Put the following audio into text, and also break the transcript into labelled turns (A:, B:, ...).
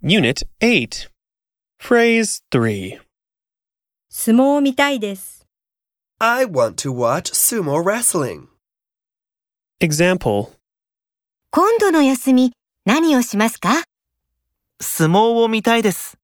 A: Unit 8. Phrase 3.
B: 相撲を見たいです。
C: I want to watch sumo wrestling.
A: Example
B: 今度の休み、何をしますか
D: 相撲を見たいです。